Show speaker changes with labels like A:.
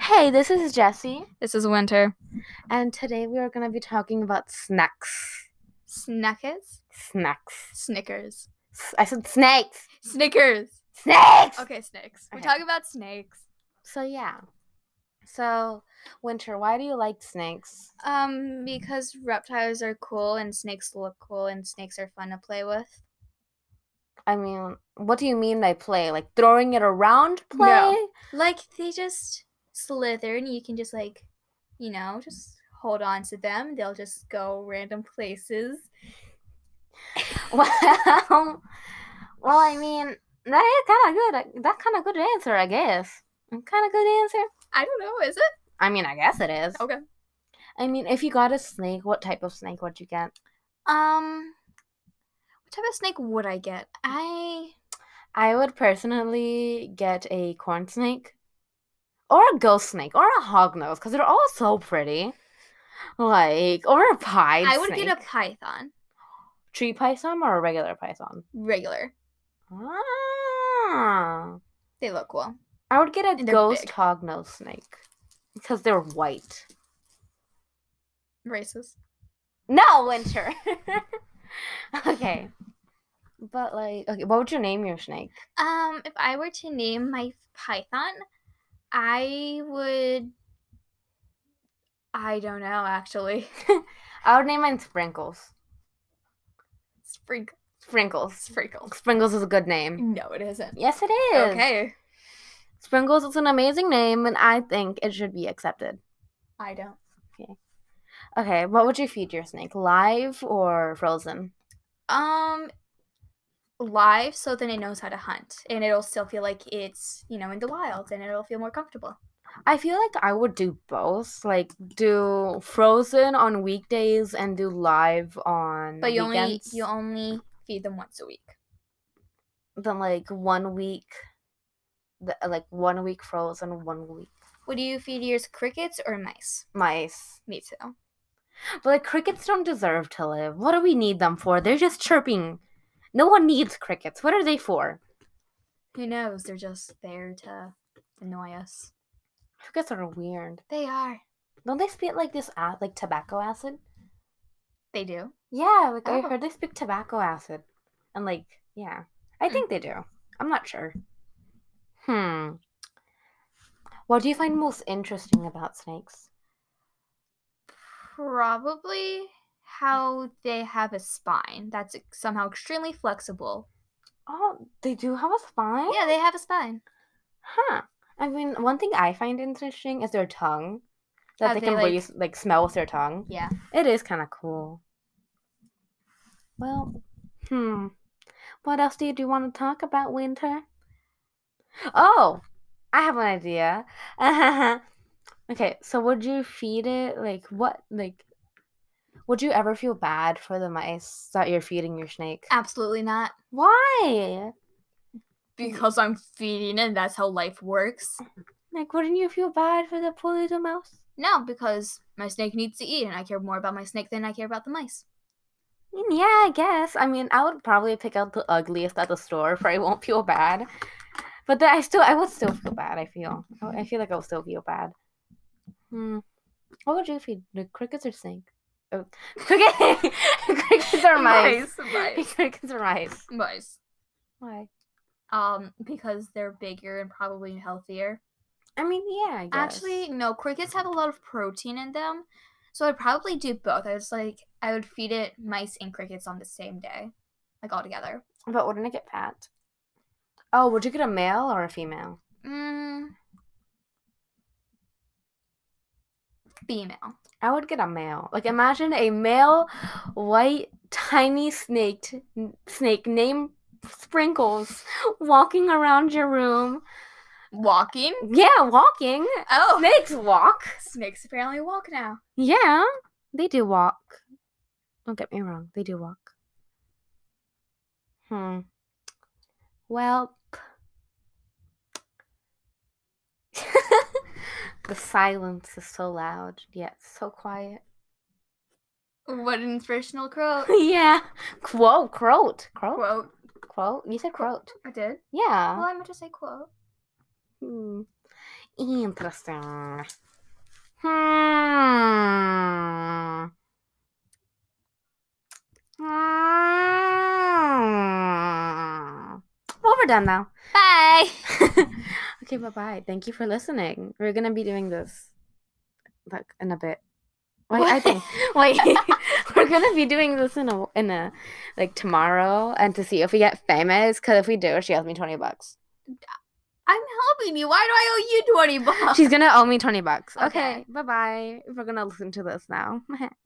A: Hey, this is Jessie,
B: This is Winter.
A: and today we are going to be talking about snacks.
B: Snackers?
A: Snacks.
B: Snickers.
A: S- I said snakes.
B: Snickers.
A: Snakes.
B: Okay, snakes. We're
A: Okay.
B: talking about snakes.
A: So yeah. So, Winter, why do you like snakes?
B: Um, because reptiles are cool and snakes look cool and snakes are fun to play with.
A: I mean, what do you mean by play? Like throwing it around
B: No.
A: play?
B: Like they just slither and you can just like, you know, just hold on to them. They'll just go random places.
A: Well, well, I mean, that is kind of good. That's kind of good answer, I guess. Kind of good answer.
B: I don't know, is it?
A: I mean, I guess it is.
B: Okay.
A: I mean, if you got a snake, what type of snake would you get?
B: Um what type of snake would I get? I
A: I would personally get a corn snake or a ghost snake or a hognose because they're all so pretty. Like, or a pie.
B: I would get a python.
A: tree python or a regular python.
B: Regular.
A: Ah,
B: They look cool.
A: I would get a
B: And they're
A: ghost
B: big.
A: hognose snake because they're white.
B: Racist.
A: No, Winter. okay. But, like, okay, what would you name your snake?
B: Um, if I were to name my python, I would. I don't know actually.
A: I would name mine Sprinkles.
B: Sprinkle,
A: Sprinkles.
B: sprinkle.
A: Sprinkles is a good name.
B: No, it isn't.
A: Yes, it is.
B: Mm. Okay.
A: Sprinkles is an amazing name, and I think it should be accepted.
B: I don't.
A: Okay, what would you feed your snake? Live or frozen?
B: Um, live, so then it knows how to hunt, and it'll still feel like it's you know in the wild, and it'll feel more comfortable.
A: I feel like I would do both. Like, do frozen on weekdays and do live on
B: But you only
A: weekends.
B: you only feed them once a week.
A: Then, like, one week, the, like, one week frozen, one week
B: Would you feed yours crickets or mice?
A: mice.
B: Me too.
A: But, like, crickets don't deserve to live. What do we need them for? They're just chirping. No one needs crickets. What are they for?
B: Who knows? They're just there to annoy us.
A: Crickets are weird.
B: They are.
A: Don't they spit like this, a- like tobacco acid?
B: They do.
A: Yeah, like I
B: Oh.
A: heard they speak tobacco acid. And like, yeah. I
B: Hmm.
A: think they do. I'm not sure. Hmm. What do you find most interesting about snakes?
B: Probably how they have a spine that's ex- somehow extremely flexible.
A: Oh, they do have a spine?
B: Yeah, they have a spine.
A: Huh. I mean, one thing I find interesting is their tongue. That
B: How
A: they
B: they,
A: can
B: like-
A: breathe, like smell with their tongue.
B: Yeah.
A: It is kind of cool. Well, hmm. What else did you want to talk about, Winter? Oh, I have an idea. okay, so would you feed it like what? Like, would you ever feel bad for the mice that you're feeding your snake?
B: Absolutely not.
A: Why?
B: Because I'm feeding and that's how life works.
A: Like, wouldn't you feel bad for the poor little mouse?
B: No, because my snake needs to eat and I care more about my snake than I care about the mice.
A: Mm, Yeah, I guess. I mean, I would probably pick out the ugliest at the store, for I won't feel bad. But then I still, I would still feel bad. I feel, I I feel like I would still feel bad. Hmm. What would you feed the crickets or snake? Oh, cricket, crickets or mice?
B: Mice.
A: crickets or mice?
B: mice.
A: Why?
B: Um, because they're bigger and probably healthier.
A: I mean, yeah, I guess.
B: Actually, no, crickets have a lot of protein in them. So I'd probably do both. I was like, I would feed it mice and crickets on the same day, like all together.
A: but wouldn't it get fat? Oh, would you get a male or a female?
B: Mm. Female.
A: I would get a male. Like imagine a male, white, tiny snake, snake named Sprinkles, walking around your room.
B: Walking?
A: Yeah, walking.
B: Oh.
A: Snakes walk.
B: Snakes apparently walk now.
A: Yeah, they do walk. Don't get me wrong, they do walk. Hmm. Well. the silence is so loud, yet so quiet.
B: What an inspirational quote.
A: yeah. Quote, quote, quote,
B: quote.
A: quote. You said quote.
B: I did. Well,
A: Yeah.
B: I meant to say quote.
A: Hmm. Interesting. Hmm. Hmm. Well, we're done now.
B: Bye.
A: okay, bye bye. Thank you for listening. We're gonna be doing this like in a bit. Wait, I think wait. we're gonna be doing this in a in a like tomorrow, and to see if we get famous. Cause if we do, she owes me twenty bucks.
B: I'm helping you. Why do I owe you 20 bucks?
A: She's gonna owe me twenty bucks. Okay,
B: Okay.
A: bye bye. We're gonna listen to this now.